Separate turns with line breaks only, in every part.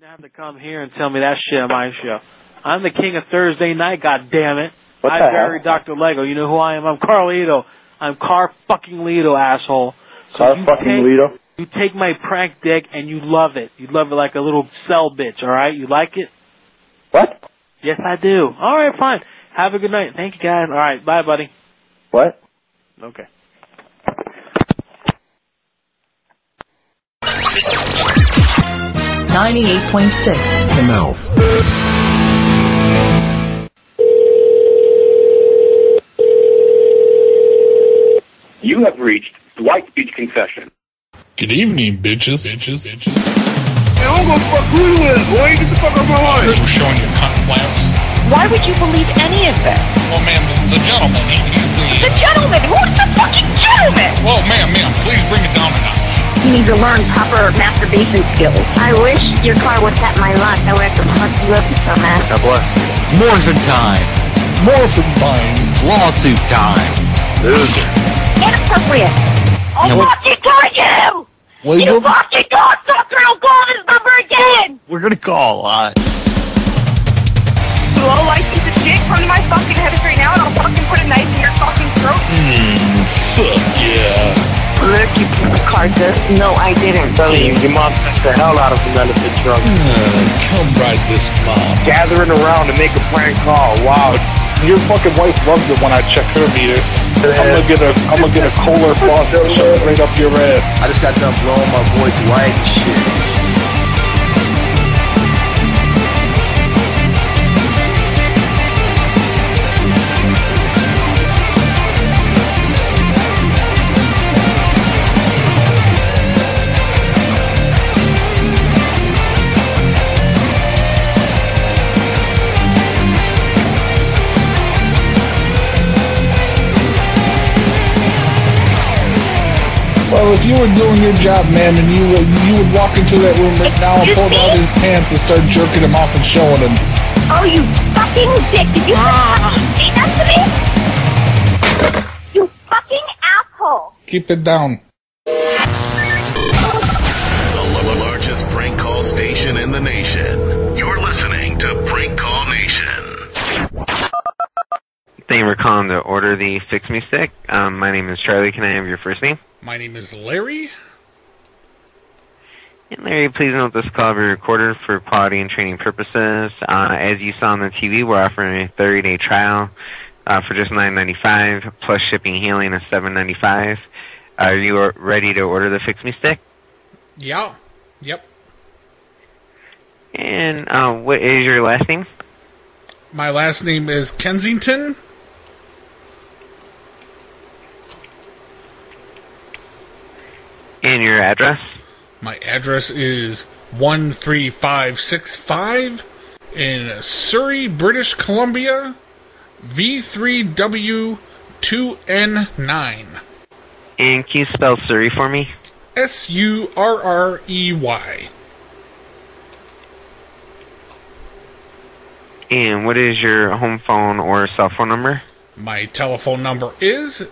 to have to come here and tell me that shit on my show. I'm the king of Thursday night, God damn it!
What
I
the
buried
hell?
Dr. Lego. You know who I am? I'm Carlito. I'm Car fucking Lito, asshole. So
Car
you
fucking
take,
Lito.
You take my prank dick and you love it. You love it like a little cell bitch, alright? You like it?
What?
Yes, I do. Alright, fine. Have a good night. Thank you, guys. Alright, bye, buddy.
What?
Okay.
Ninety-eight point six.
You have reached Dwight Beach Confession.
Good evening, bitches. Bitches. bitches.
I don't go fuck who you is, boy. Get the fuck out of my life.
We're showing your cunt flaps.
Why would you believe any of this?
Well, ma'am, the, the gentleman, he, he's
The
the...
gentleman! Who's the fucking gentleman?
Well, ma'am, ma'am, please bring it down a notch.
You need to learn proper masturbation skills.
I wish your car was at my lot. I would have to fuck you up so much.
God bless.
It's morphin' time. Morphin' time. It's lawsuit time.
Inappropriate.
No.
I'll fucking got you!
Well,
you
we'll-
fucking godsucker! I'll call this number again!
We're gonna call. Uh,
You low life piece of shit, come to my fucking head right now and I'll fucking put a knife in your fucking throat.
Fuck yeah.
Look, you took the car just. No, I didn't.
Telling you, your mom took the hell out of the elephant truck.
Come ride this mom.
Gathering around to make a prank call. Wow.
Your fucking wife loves it when I check her meter. I'm gonna get a I'm gonna get a Kohler faucet and shove it right up your ass.
I just got done blowing my boy Dwight and shit.
Well, if you were doing your job, ma'am, and you would, you would walk into that room right now and pull
Excuse
down
me?
his pants and start jerking him off and showing him.
Oh, you fucking dick! Did you
Ah.
fucking say that to me? You fucking asshole!
Keep it down.
The largest prank call station in the nation. You're listening to Prank Call Nation.
Thank you for calling to order the Fix Me Stick. Um, my name is Charlie. Can I have your first name?
My name is Larry.
And Larry, please note this call will be recorded for quality and training purposes. Uh, as you saw on the TV, we're offering a 30-day trial uh, for just $9.95 plus shipping and handling is $7.95. Are you are ready to order the Fix Me Stick?
Yeah. Yep.
And uh, what is your last name?
My last name is Kensington.
And your address?
My address is 13565 in Surrey, British Columbia, V3W2N9.
And can you spell Surrey for me?
S U R R E Y.
And what is your home phone or cell phone number?
My telephone number is.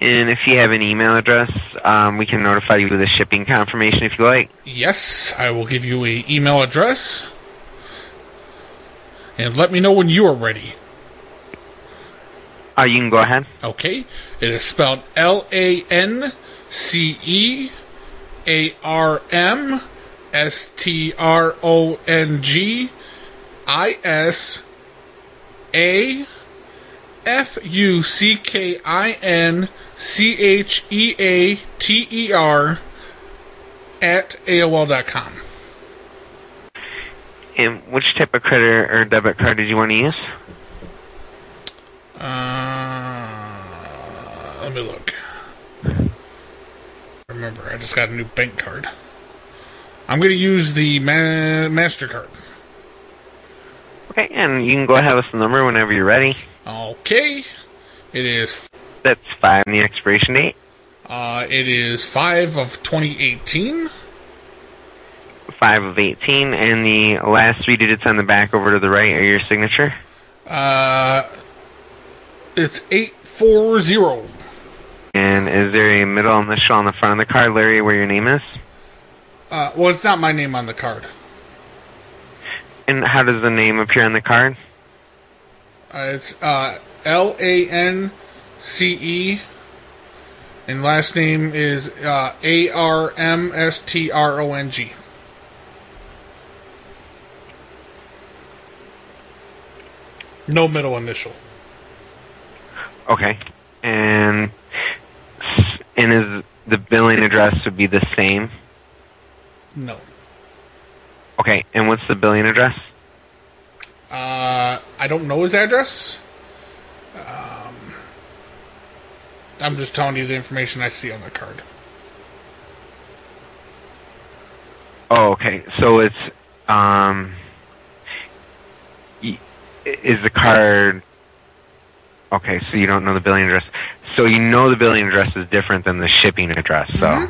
And if you have an email address, um, we can notify you with a shipping confirmation if you like.
Yes, I will give you a email address. And let me know when you are ready.
Uh, you can go ahead.
Okay? It is spelled L A N C E A R M S T R O N G I S A F U C K I N C H E A T E R at AOL.com.
And which type of credit or debit card did you want to use?
Uh, let me look. Remember, I just got a new bank card. I'm going to use the ma- MasterCard.
Okay, and you can go ahead with the number whenever you're ready.
Okay. It is
That's five and the expiration date,
uh it is 5 of 2018.
five of eighteen, and the last three digits on the back over to the right are your signature.
Uh it's 840.
And is there a middle initial on the front of the card, Larry, where your name is?
Uh well, it's not my name on the card.
And how does the name appear on the card?
Uh, it's uh, L A N C E, and last name is uh, A R M S T R O N G. No middle initial.
Okay. And and is the billing address would be the same?
No.
Okay. And what's the billing address?
Uh, I don't know his address. Um, I'm just telling you the information I see on the card.
Oh, okay. So it's um, y- is the card okay? So you don't know the billing address. So you know the billing address is different than the shipping address. So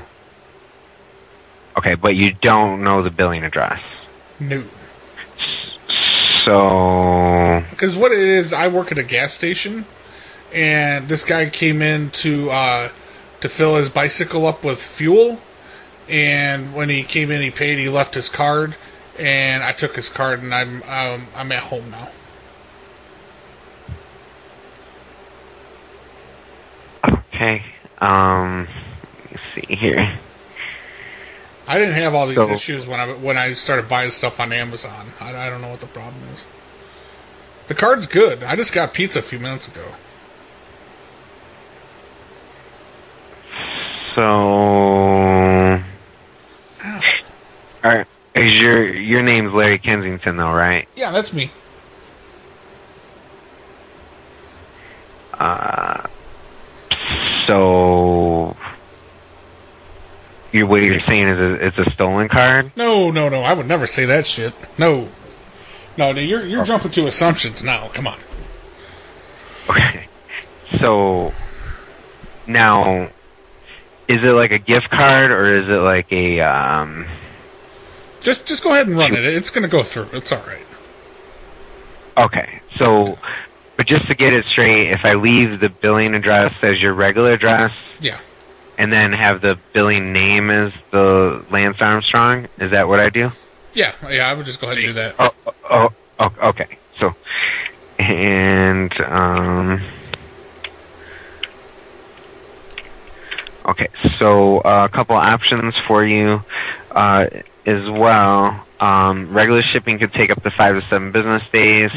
okay, but you don't know the billing address.
No.
So
Because what it is, I work at a gas station, and this guy came in to uh, to fill his bicycle up with fuel. And when he came in, he paid. He left his card, and I took his card, and I'm um, I'm at home now.
okay. Um, let me see here.
I didn't have all these
So-
issues when I when I started buying stuff on Amazon. I, I don't know what the problem is. The card's good. I just got pizza a few minutes ago.
So, all right, is your your name's Larry Kensington though, right?
Yeah, that's me.
Uh, so, you what you're saying is a, it's a stolen card.
No, no, no. I would never say that shit. No, no. no, You're you're jumping to assumptions now. Come on.
Okay. So, now, is it like a gift card or is it like a um?
Just just go ahead and run it. It's gonna go through. It's all right.
Okay, so, but just to get it straight, if I leave the billing address as your regular address,
Yeah.
and then have the billing name as the Lance Armstrong, is that what I do?
Yeah, yeah. I would just go ahead and do that.
Oh, oh, oh okay. So, and um, okay. So uh, a couple options for you uh, as well. Um, regular shipping could take up to five to seven business days.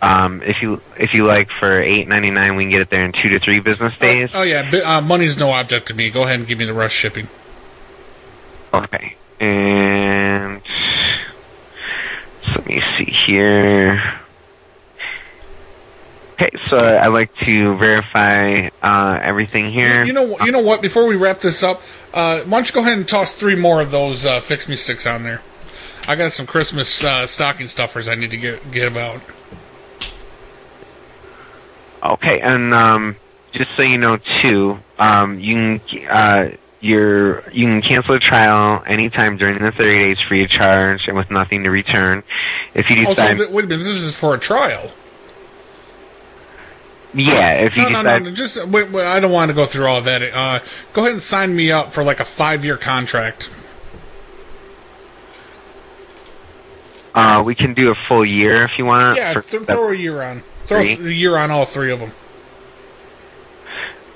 Um, if you if you like for eight ninety nine, we can get it there in two to three business days.
Oh yeah, bi- uh, money's no object to me. Go ahead and give me the rush shipping.
Okay. And so let me see here. Okay, so I'd like to verify uh, everything here.
You know, what- you know what? Before we wrap this up, uh, why don't you go ahead and toss three more of those uh, fix me sticks on there? I got some Christmas uh, stocking stuffers I need to get give out.
Okay, and um, just so you know too, um, you can uh, your you can cancel a trial anytime during the thirty days free of charge and with nothing to return. If you
Oh, so
decide,
th- wait a minute. This is for a trial.
yeah, if you
No, no,
decide,
no. no, Just wait, wait, I don't want to go through all that. Uh, go ahead and sign me up for like a five year contract.
Uh, we can do a full year if you want.
Yeah,
for-
th- throw a year on. Throw
Three?
a year on all three of them.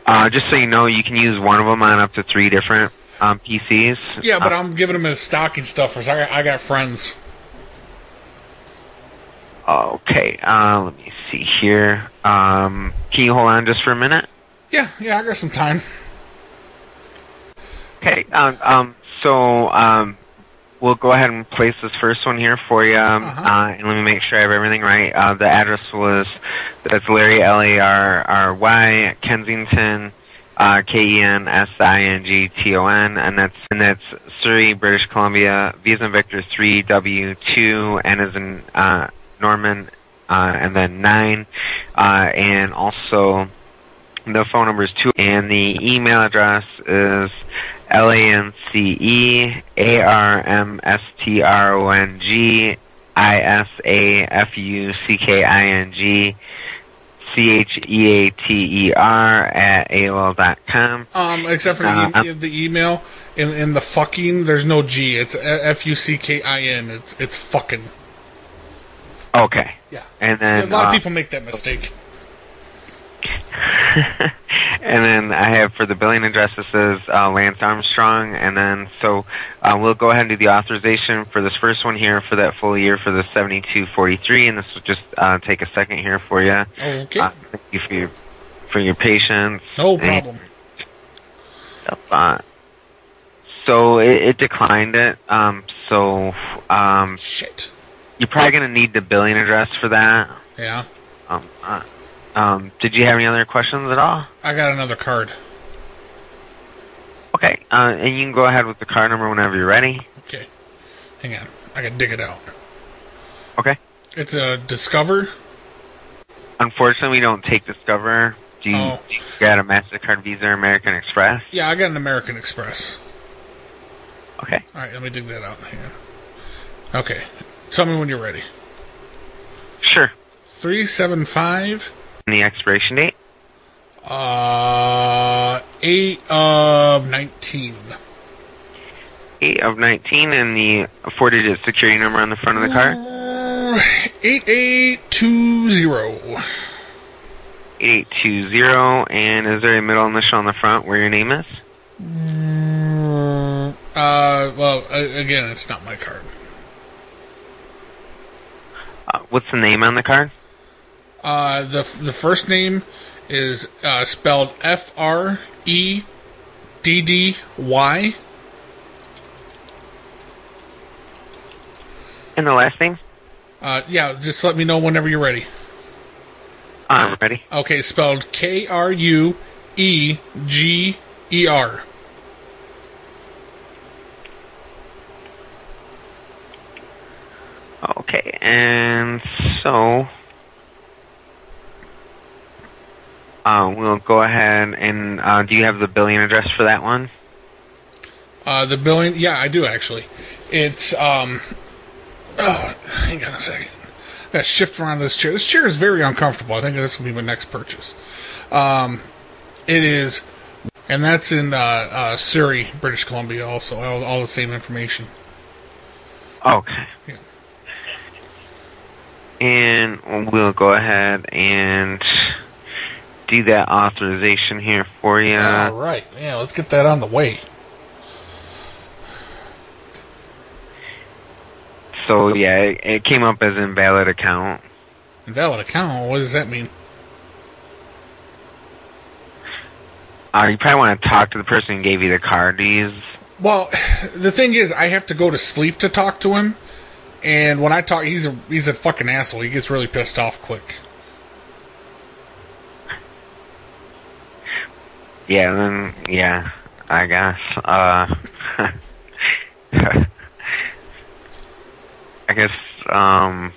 Uh, just so you know, you can use one of them on up to three different um, PCs.
Yeah, but
Uh,
I'm giving them as stocking stuffers. I got, I got friends.
okay. Uh, let me see here. Um, can you hold on just for a minute?
Yeah, yeah, I got some time.
Okay. Um, um, so um, we'll go ahead and place this first one here for you, um,
Uh-huh.
uh, and let me make sure I have everything right. Uh, the address was that's Larry L A R R Y Kensington. Uh, K E N S I N G T O N, and that's and that's Surrey, British Columbia. Visa and Victor three W two, N is in uh, Norman, uh, and then nine, uh, and also the phone number is two, and the email address is l a n c e a r m s t r o n g i s a f u c k i n g c h e a t e r at aol dot com.
Um, except for the,
Uh,
e- the email in in the fucking. There's no G. It's f u c k i n. It's it's fucking.
Okay.
Yeah.
And then
a lot
uh,
of people make that mistake.
and then I have for the billing addresses is uh, Lance Armstrong, and then so uh, we'll go ahead and do the authorization for this first one here for that full year for the seventy-two forty-three, and this will just uh, take a second here for you.
Okay.
Uh, thank you for your for your patience.
no
and-
problem.
Uh, so it, it declined it. Um, so um,
Shit.
you're probably gonna need the billing address for that.
Yeah.
Um, uh, um, did you have any other questions at all?
I got another card.
Okay, uh, and you can go ahead with the card number whenever you're ready.
Okay. Hang on. I can dig it out.
Okay.
It's a Discover.
Unfortunately, we don't take Discover. Do you,
Oh.
do you got a Mastercard, Visa, or American Express?
Yeah, I got an American Express.
Okay.
All right, let me dig that out. Hang on. Okay. Tell me when you're ready.
Sure.
375
And the expiration date
uh 8 of 19.
eight of nineteen, and the four-digit security number on the front of the card
Uh, 8820.
eight eight two zero. And is there a middle initial on the front where your name is?
Uh well, a- again, it's not my card.
Uh, what's the name on the card?
Uh, the the first name is uh, spelled F R E D D Y.
And the last name?
Uh, yeah, just let me know whenever you're ready.
I'm ready.
Okay, spelled K R U E G E R.
Okay, and so uh, we'll go ahead and uh, do you have the billing address for that one?
Uh, the billing, yeah, I do actually. It's um, oh, hang on a second. I gotta shift around this chair. This chair is very uncomfortable. I think this will be my next purchase. Um, it is, and that's in uh, uh, Surrey, British Columbia. Also, all, all the same information.
Okay.
Yeah.
And we'll go ahead and do that authorization here for you.
all right, yeah, let's get that on the way.
So yeah, it, it came up as invalid account.
Invalid account. What does that mean?
Uh, you probably want to talk to the person who gave you the card to use.
Well, the thing is, I have to go to sleep to talk to him, and when I talk, he's a he's a fucking asshole. He gets really pissed off quick.
Yeah, then yeah, I guess. Uh, I guess um,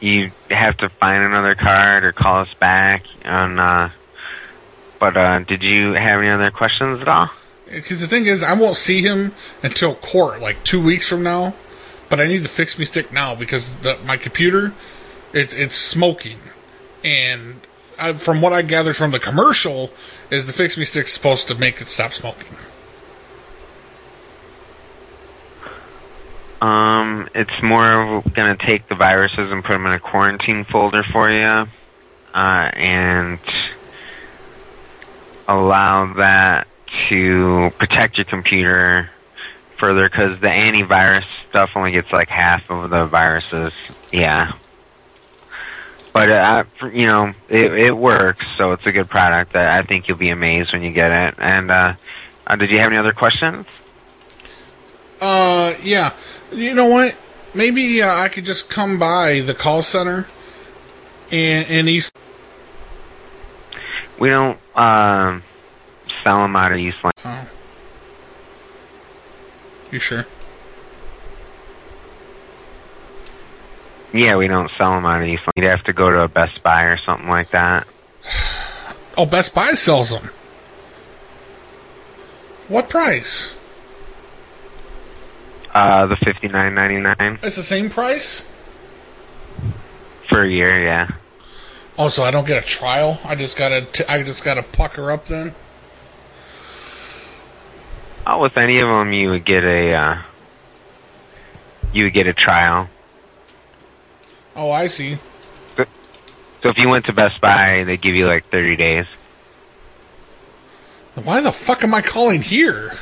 you have to find another card or call us back. And uh, but uh, did you have any other questions at all?
Because the thing is, I won't see him until court, like two weeks from now. But I need to fix me stick now because the, my computer, it, it's smoking, and I, from what I gathered from the commercial, is the fix me stick's supposed to make it stop smoking.
Um, it's more of gonna take the viruses and put them in a quarantine folder for you, uh, and allow that to protect your computer further because the antivirus stuff only gets like half of the viruses. Yeah, but uh, I- you know it, it works, so it's a good product. I I think you'll be amazed when you get it. And uh, uh, did you have any other questions?
Uh, yeah. You know what? Maybe uh, I could just come by the call center, and and he's
We don't um, sell them out of East Lansing.
Oh. You sure?
Yeah, we don't sell them out of East Lansing. You'd have to go to a Best Buy or something like that.
Oh, Best Buy sells them. What price?
Uh, the fifty nine ninety nine
It's the same price.
for a year. Yeah.
Oh, so I don't get a trial. I just gotta. T- I just gotta pucker up then.
Oh, with any of them, you would get a uh, you would get a trial.
Oh, I see.
So if you went to Best Buy, they give you like 30 days.
Why the fuck am I calling here?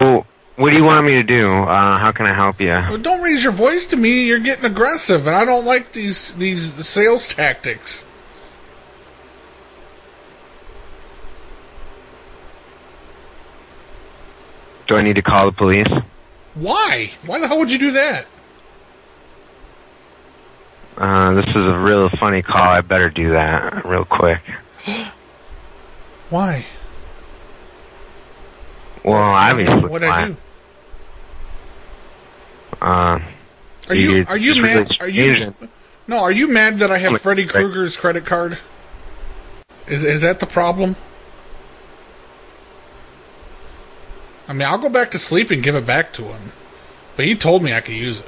Well, what do you want me to do? Uh, how can I help you?
Well, Oh, don't raise your voice to me. You're getting aggressive, and I don't like these these sales tactics.
Do I need to call the police?
Why? Why the hell would you do that?
Uh, this is a real funny call. I better do that real quick.
Why?
Well, obviously.
What'd I do?
Uh,
Are you
you're
are you
just
mad?
really
Are you
confusing.
no? Are you mad that I have
Like,
Freddy
right.
Krueger's credit card? Is is that the problem? I mean, I'll go back to sleep and give it back to him, but he told me I could use it.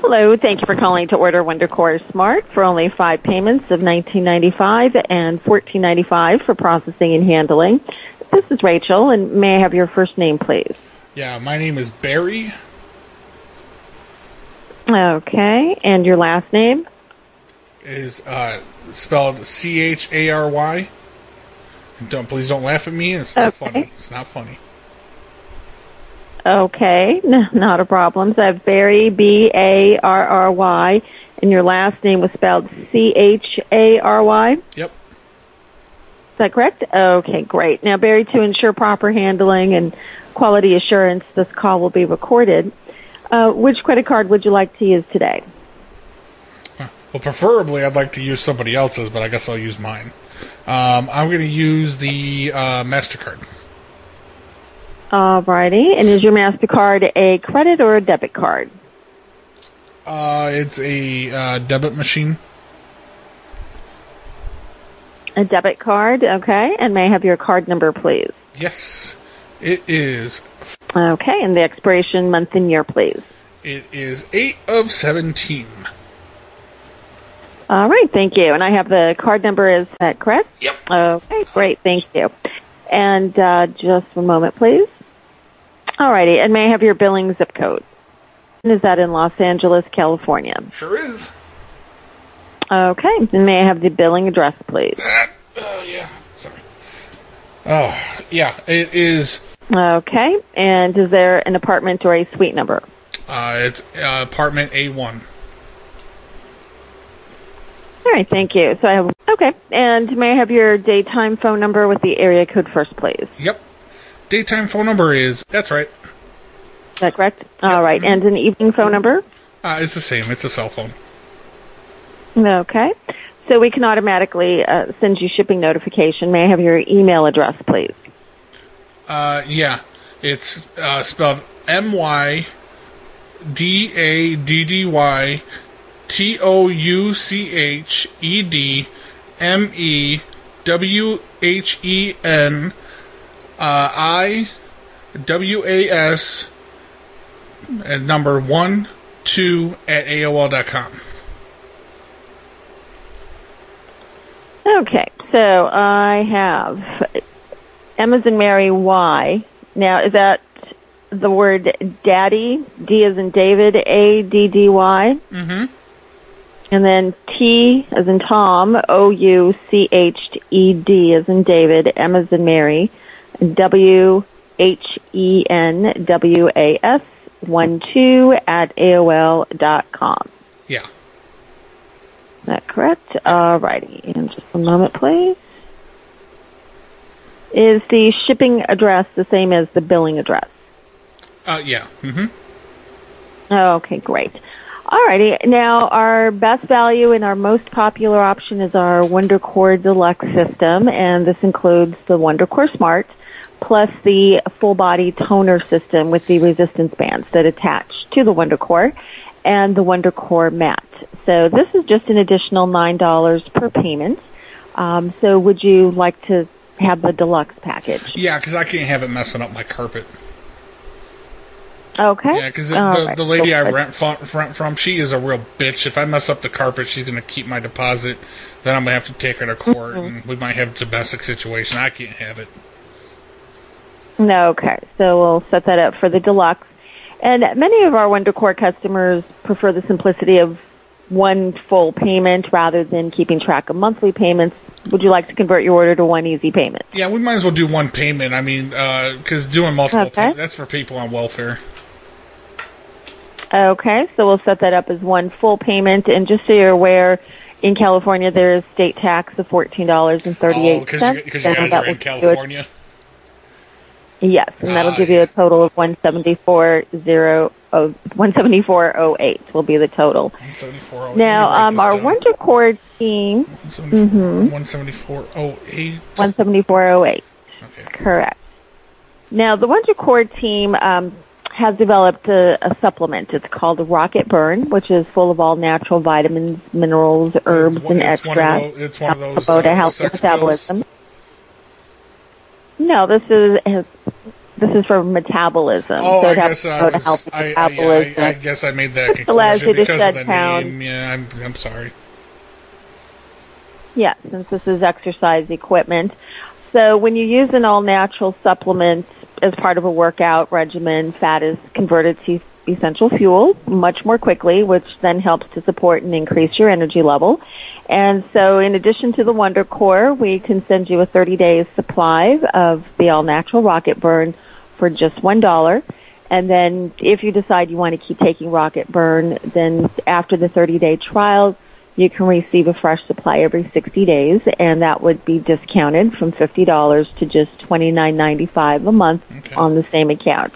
Hello, thank you for calling to order WonderCore Smart for only five payments of $19.95 and $14.95 for processing and handling. This is Rachel, and may I have your first name, please?
Yeah, my name is Barry
Okay, and your last name?
is uh, spelled C H A R Y. Don't please don't laugh at me. It's not funny. It's not funny.
Okay, n- not a problem. So I have Barry, B A R R Y, and your last name was spelled C H A R Y?
Yep.
Is that correct? Okay, great. Now, Barry, to ensure proper handling and quality assurance, this call will be recorded. Uh, which credit card would you like to use today?
Well, preferably, I'd like to use somebody else's, but I guess I'll use mine. Um, I'm going to use the uh, MasterCard.
Alrighty, and is your MasterCard a credit or a debit card?
Uh, it's a uh, debit machine.
A debit card, okay, and may I have your card number, please?
Yes, it is.
Okay, and the expiration month and year, please.
It is 8 of 17.
All right, thank you. And I have the card number, is that correct? Yep. Okay, great, thank you. And uh, just one moment, please. All righty, and may I have your billing zip code? And is that in Los Angeles, California?
Sure is.
Okay, and may I have the billing address, please?
Oh, yeah. Sorry. Oh, yeah. It is.
Okay, and is there an apartment or a suite number?
Uh, it's uh, apartment A1.
All right, thank you. So I have, okay, and may I have your daytime phone number with the area code first, please?
Yep. Daytime phone number is. That's right.
Is that correct? All right, and an evening phone number?
Uh, it's the same. It's a cell phone.
Okay. So we can automatically uh, send you shipping notification. May I have your email address, please?
Uh, yeah. It's uh, spelled M Y D A D D Y T O U C H E D M E W H E N uh, I W A S and number one two at AOL.com.
Okay. So I have Emma's and Mary Y. Now, is that the word daddy? D as in David, A D D Y.
Mm-hmm.
And then T as in Tom, O U C H E D as in David, M as in Mary, W H E N W A S one two at AOL dot com.
Yeah.
Is that correct? Alrighty. And just a moment, please. Is the shipping address the same as the billing address?
Uh, yeah. Mm-hmm.
Okay, great. Alrighty. Now, our best value and our most popular option is our WonderCore Deluxe system, and this includes the WonderCore Smart plus the full body toner system with the resistance bands that attach to the WonderCore and the WonderCore mat. So this is just an additional $9 per payment. Um, so would you like to have the deluxe package?
Yeah, because I can't have it messing up my carpet.
Okay.
Yeah, because the,
All
the,
right.
the lady I
Okay.
rent from, rent from, she is a real bitch. If I mess up the carpet, she's going to keep my deposit. Then I'm going to have to take her to court,
Mm-hmm.
and we might have a domestic situation. I can't have it.
No, okay. So we'll set that up for the deluxe. And many of our WonderCore customers prefer the simplicity of one full payment rather than keeping track of monthly payments. Would you like to convert your order to one easy payment?
Yeah, we might as well do one payment. I mean, because doing multiple
Okay.
pay- that's for people on welfare.
Okay, so we'll set that up as one full payment. And just so you're aware, in California, there is state tax of fourteen dollars and thirty-eight
Because
cents.
you, Oh, 'cause you guys are in California. Ah,
Yes, and that'll give you a total of one seventy-four zero oh one seventy-four oh eight will be the total.
$174.08.
Now, um, our Wonder Cord scheme, Mhm.
174.08.
one seventy-four oh eight, correct. Now, the Wonder Cord team um, has developed a, a supplement. It's called the Rocket Burn, which is full of all natural vitamins, minerals, herbs, and
it's one of
extracts.
tho- it's one of those,
about
uh,
a healthy
sex
metabolism. No, this is this is for metabolism.
Oh,
Um, so
I
it helps
guess I,
promote a
was,
healthy
I, I,
metabolism.
I, I guess I made that
allows
conclusion
you to
because of
shed
the name.
pounds.
Yeah, I'm, I'm sorry.
Yes, since this is exercise equipment. So when you use an all natural supplement as part of a workout regimen, fat is converted to essential fuel much more quickly, which then helps to support and increase your energy level. And so in addition to the Wonder Core, we can send you a 30 day supply of the all natural rocket burn for just $1. And then if you decide you want to keep taking rocket burn, then after the 30 day trial, you can receive a fresh supply every 60 days and that would be discounted from $50 to just $29.95 a month on the same account.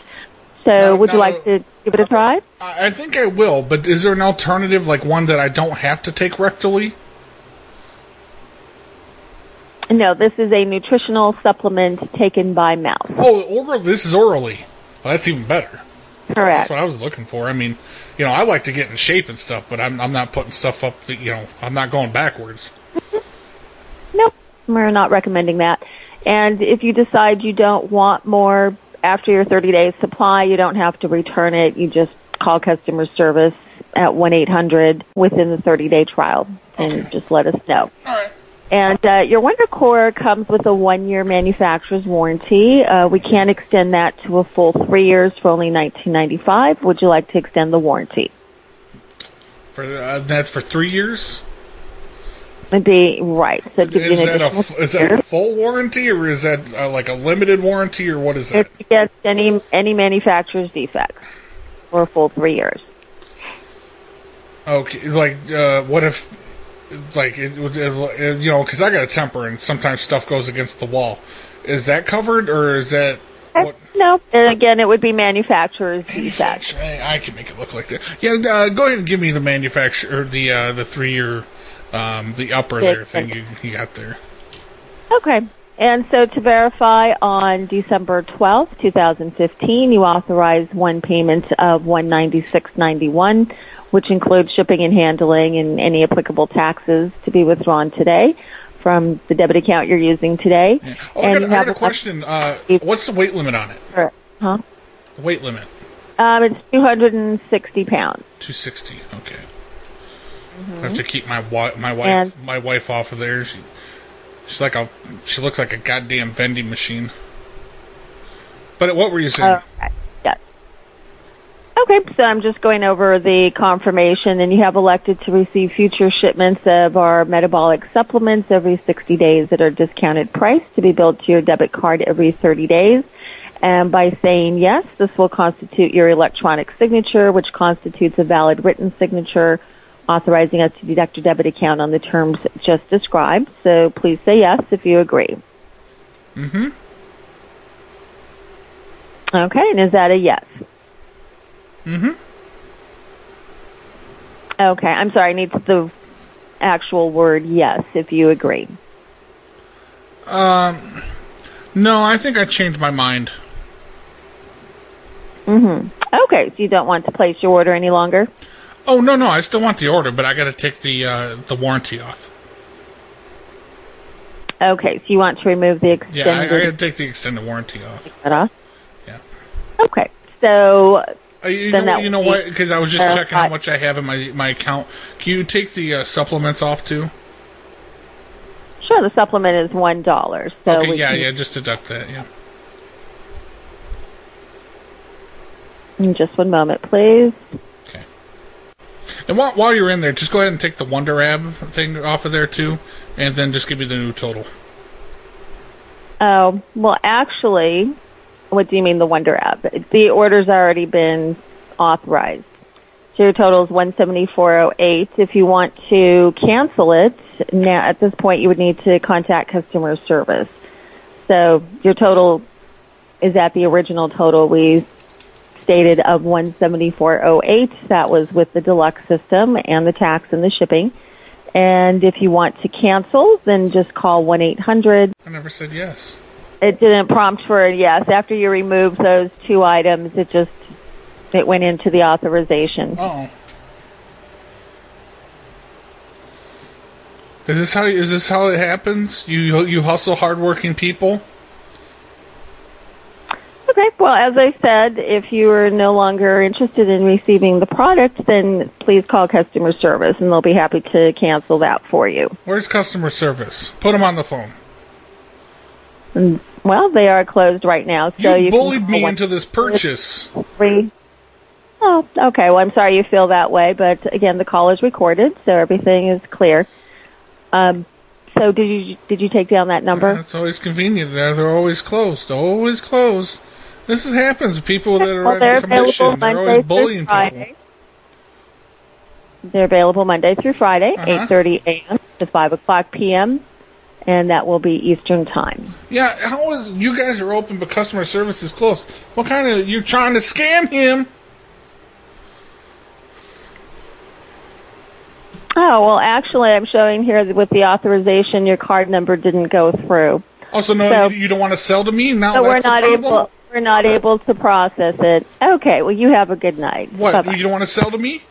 So would you like to give it a try?
I, I think I will, but is there an alternative, like one that I don't have to take rectally?
No, this is a nutritional supplement taken by mouth.
Oh, oral. This is orally. Well, that's even better.
Correct.
That's what I was looking for. I mean, you know, I like to get in shape and stuff, but I'm I'm not putting stuff up. That, you know, I'm not going backwards.
Nope, we're not recommending that. And if you decide you don't want more after your 30 days supply, you don't have to return it. You just call customer service at 1 800 within the 30 day trial and just let us know. And uh, your Wonder Core comes with a one year manufacturer's warranty. Uh, we can extend that to a full three years for only 1995 Would you like to extend the warranty?
For uh, that's for three years.
It'd be right. So it'd give you
Is
an
that a
additional
f- is that
year.
a full warranty or is that uh, like a limited warranty or what is that?
If you get any any manufacturer's defects for a full three years.
Okay, like uh, what if like it, would- it, you know because I got a temper and sometimes stuff goes against the wall. Is that covered or is that
No, and again, it would be manufacturer's defects.
I can make it look like that? Yeah, uh, go ahead and give me the manufacturer the uh, the three year um, the upper
Yeah,
there thing you, you got there.
Okay. And so to verify on December twelfth, two 2015, you authorized one payment of 196.91, which includes shipping and handling and any applicable taxes to be withdrawn today from the debit account you're using today.
Oh,
and
I, got,
you
I got
have
a question. Uh, what's the weight limit on it?
Huh?
The weight limit
Um, it's 260 pounds.
two sixty. Okay, I have to keep my wa- my wife
Mm-hmm. And-
my wife off of there. She, she's like a she looks like a goddamn vending machine. But what were you saying?
Oh. Yes. Okay, so I'm just going over the confirmation, and you have elected to receive future shipments of our metabolic supplements every 60 days at our discounted price to be billed to your debit card every 30 days. And by saying yes, this will constitute your electronic signature, which constitutes a valid written signature authorizing us to deduct your debit account on the terms just described. So please say yes if you agree.
mm-hmm.
Okay, and is that a yes?
Mm-hmm.
Okay, I'm sorry, I need the actual word yes if you agree.
Um, no, I think I changed my mind.
hmm Okay, so you don't want to place your order any longer?
Oh no, no, I still want the order, but I got to take the uh, the warranty off.
Okay, so you want to remove the
Yeah, I, I got to
extended
take the extended warranty off.
cut off? Okay, so
Uh, you,
then
know,
that
you know
would be-
what? Because I was just
uh,
checking how much I have in my my account. Can you take the uh, supplements off too?
Sure, the supplement is one dollar. So
okay,
we
yeah,
can-
yeah, just deduct that. Yeah.
In just one moment, please.
And while, while you're in there, just go ahead and take the Wonder Ab thing off of there too, and then just give me the new total.
Oh, well, actually, what do you mean the Wonder app? The order's already been authorized. So your total is 17408. If you want to cancel it, now at this point you would need to contact customer service. So your total is at the original total we stated of 17408. That was with the deluxe system and the tax and the shipping. And if you want to cancel, then just call 1 800
I never said yes.
it didn't prompt for a yes. After you removed those two items, it just it went into the authorization.
Oh. Is this how is this how it happens? You you hustle hardworking people.
Okay. Well, as I said, if you are no longer interested in receiving the product, then please call customer service, and they'll be happy to cancel that for you.
Where's customer service? Put them on the phone.
And, well, they are closed right now, so
you
you,
bullied
can
me into this purchase.
Three. Oh, okay. Well, I'm sorry you feel that way, but again, the call is recorded, so everything is clear. Um, so did you did you take down that number?
It's always convenient there. They're always closed. Always closed. This is, happens. People that are
Well, they're
on commission,
available
they're
Monday
always
through
bullying people.
Friday. They're available Monday through Friday,
Uh-huh.
eight thirty a.m. to five o'clock p.m., and that will be Eastern time.
Yeah, how is you guys are open but customer service is closed? What kind of you're trying to scam him?
Oh well, actually, I'm showing here that with the authorization, your card number didn't go through.
Also, no,
So-
you, you don't want to sell to me. Now
so we're
Oh, that's the
not
problem?
able we're not able to process it. Okay, well, you have a good night.
What
Bye-bye.
you don't want to sell to me?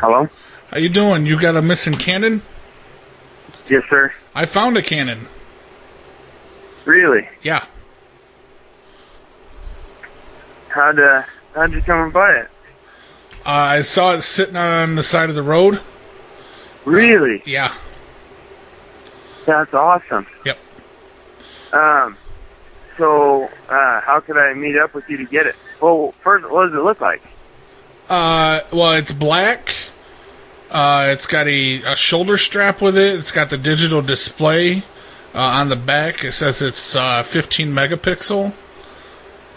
Hello?
How you doing? You got a missing cannon?
Yes, sir.
I found a cannon.
Really?
Yeah.
How'd, uh, how'd you come and buy it?
Uh, I saw it sitting on the side of the road.
Really?
yeah.
That's awesome.
Yep.
Um, so, uh, how could I meet up with you to get it? Well, first, what does it look like?
Uh, well, it's black. Uh, it's got a, a shoulder strap with it. It's got the digital display uh, on the back. It says it's uh, 15 megapixel.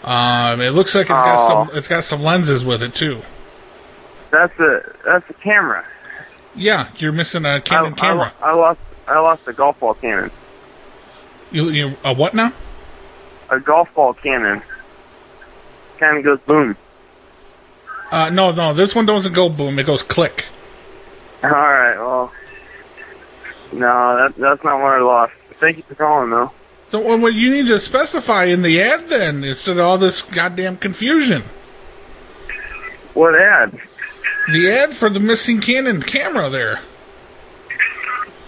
Um, it looks like it's got
Aw.
some. It's got some lenses with it too.
Oh. That's a, that's a camera.
Yeah, you're missing a Canon
I,
camera.
I, lost, I lost a golf ball cannon.
you, you a what now?
A golf ball cannon. Kind of goes boom.
Uh, no, no, this one doesn't go boom. It goes click.
All right, well, no, that, that's not what I lost. Thank you for calling, though.
So, well, well, you need to specify in the ad then, instead of all this goddamn confusion.
What ad?
The ad for the missing Canon camera there.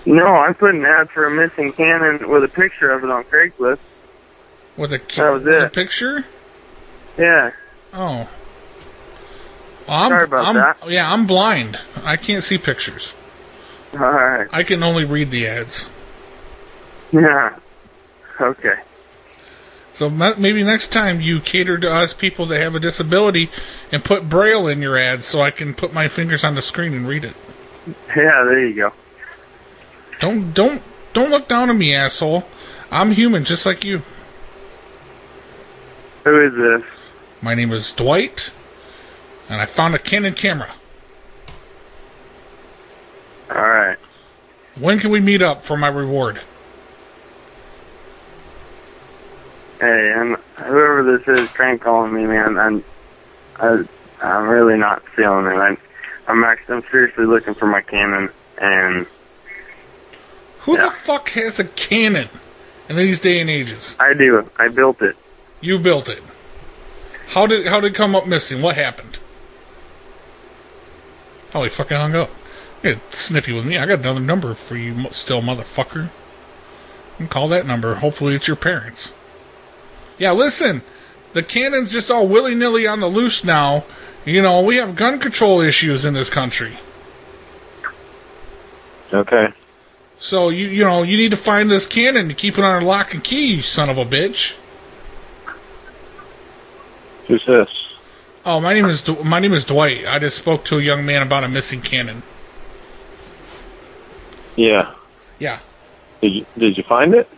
No, I put an ad for a missing cannon with a picture of it on Craigslist.
With a, ca-
That was
with a
it.
picture?
Yeah.
Oh. Well, I'm,
Sorry about
I'm-
that.
Yeah, I'm blind. I can't see pictures.
All right.
I can only read the ads.
Yeah. Okay.
So ma- maybe next time you cater to us people that have a disability and put braille in your ads so I can put my fingers on the screen and read it.
Yeah, there you go.
Don't don't don't look down on me, asshole. I'm human just like you.
Who is this?
My name is Dwight, and I found a Canon camera.
All right.
When can we meet up for my reward?
Hey, and whoever this is, prank calling me, man. I'm, I, I'm really not feeling it. I'm, I'm actually, I'm seriously looking for my cannon, and
Who the fuck has a cannon in these day and ages?
I do. I built it.
You built it. How did how did it come up missing? What happened? Oh, he fucking hung up. You're snippy with me. I got another number for you, mo- still motherfucker. You can call that number. Hopefully, it's your parents. Yeah, listen. The cannon's just all willy nilly on the loose now. You know we have gun control issues in this country.
Okay.
So you you know you need to find this cannon to keep it under lock and key, you son of a bitch.
Who's this?
Oh, my name is Du- my name is Dwight. I just spoke to a young man about a missing cannon.
Yeah.
Yeah.
Did you, did you find it?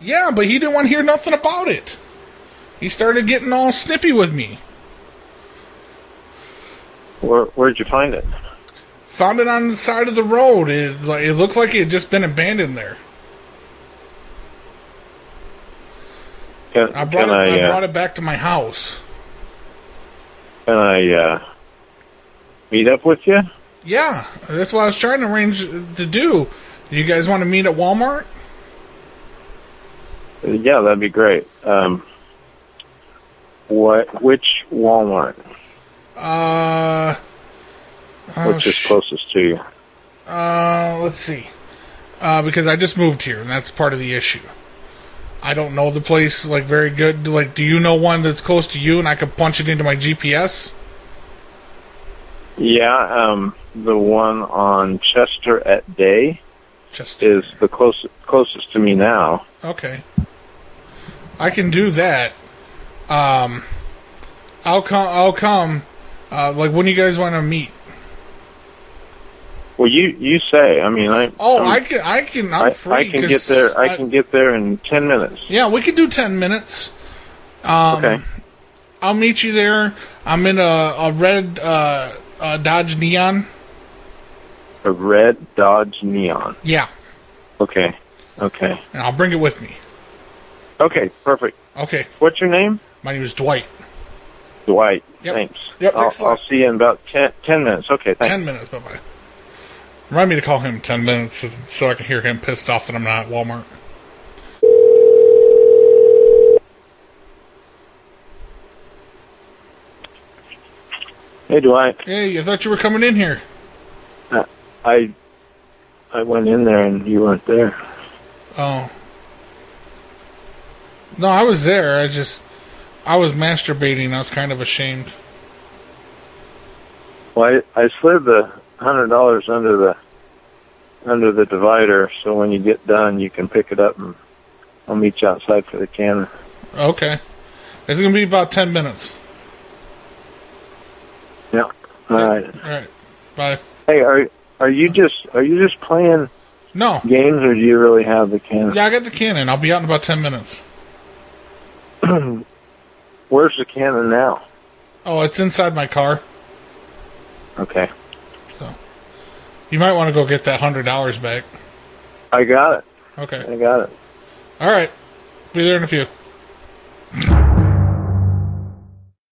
Yeah, but he didn't want to hear nothing about it. He started getting all snippy with me.
Where Where'd you find it?
Found it on the side of the road. It like, it looked like it had just been abandoned there.
Can,
I brought
can
it, I,
I, uh,
brought it back to my house.
Can I uh, meet up with you?
Yeah, that's what I was trying to arrange uh, to do. You guys want to meet at Walmart?
Yeah, that'd be great. Um, what? Which Walmart?
Uh, oh,
which is closest to you?
Uh, let's see. Uh, because I just moved here, and that's part of the issue. I don't know the place like very good. Like, do you know one that's close to you, and I could punch it into my GPS?
Yeah, um, the one on Chester at Day
Chester.
is the closest closest to me now.
Okay, I can do that. Um, I'll come. I'll come. Uh, like, when do you guys want to meet?
Well, you you say. I mean, I
Oh,
i
I can. I can. I'm
Um, I,
free.
I can
'cause
get there. I,
I-
can get there in ten minutes.
Yeah, we could do ten minutes. Um,
Okay.
I'll meet you there. I'm in a, a red uh, uh, Dodge Neon.
A red Dodge Neon.
Yeah,
Okay. Okay.
and I'll bring it with me.
Okay. Perfect.
Okay.
What's your name?
My name is Dwight.
Dwight.
Yep.
Thanks.
Yep,
I'll,
thanks a lot.
I'll see you in about ten, 10 minutes. Okay. Thanks.
Ten minutes. Bye bye. Remind me to call him in ten minutes so I can hear him pissed off that I'm not at Walmart.
Hey, Dwight.
Hey, I thought you were coming in here.
Uh, I I went in there and you weren't there.
Oh. No, I was there. I just, I was masturbating. I was kind of ashamed.
Well, I, I slid the hundred dollars under the under the divider, so when you get done, you can pick it up and I'll meet you outside for the cannon.
Okay. It's gonna be about ten minutes.
Yeah. All right.
All right. Bye.
Hey, are are you just are you just playing
no
games, or do you really have the cannon?
Yeah, I got the cannon. I'll be out in about ten minutes.
Where's the cannon now?
Oh, it's inside my car.
Okay,
You might want to go get that hundred dollars back.
I got it.
Okay.
I got it.
All right. Be there in a few.